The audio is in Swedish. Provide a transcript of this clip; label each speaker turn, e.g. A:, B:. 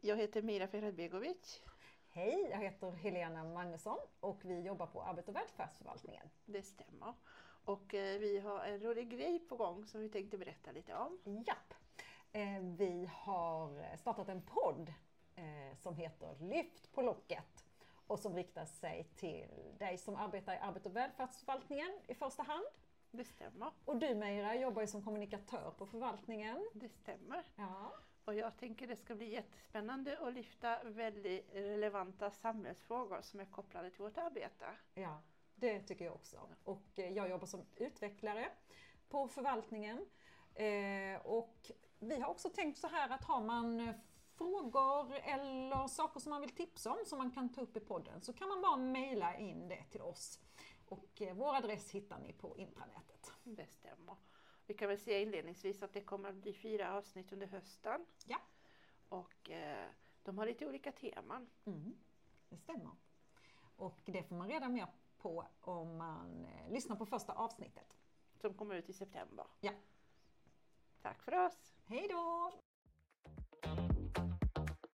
A: Jag heter Mira Ferhadbegovic.
B: Hej, jag heter Helena Magnusson och vi jobbar på Arbets och välfärdsförvaltningen.
A: Det stämmer. Och eh, vi har en rolig grej på gång som vi tänkte berätta lite om.
B: Japp. Eh, Vi har startat en podd eh, som heter Lyft på locket och som riktar sig till dig som arbetar i Arbets och välfärdsförvaltningen i första hand.
A: Det stämmer.
B: Och du Meira jobbar ju som kommunikatör på förvaltningen.
A: Det stämmer.
B: Ja.
A: Och jag tänker det ska bli jättespännande att lyfta väldigt relevanta samhällsfrågor som är kopplade till vårt arbete.
B: Ja, det tycker jag också. Och eh, jag jobbar som utvecklare på förvaltningen. Eh, Och vi har också tänkt så här att har man eh, frågor eller saker som man vill tipsa om som man kan ta upp i podden så kan man bara mejla in det till oss. Och eh, vår adress hittar ni på intranätet.
A: Det stämmer. Vi kan väl säga inledningsvis att det kommer att bli fyra avsnitt under hösten
B: Ja,
A: och eh, de har lite olika teman.
B: mm, det stämmer. Och det får man reda mer på om man eh, lyssnar på första avsnittet.
A: som kommer ut i september.
B: Ja.
A: Tack för oss!
B: Hej då!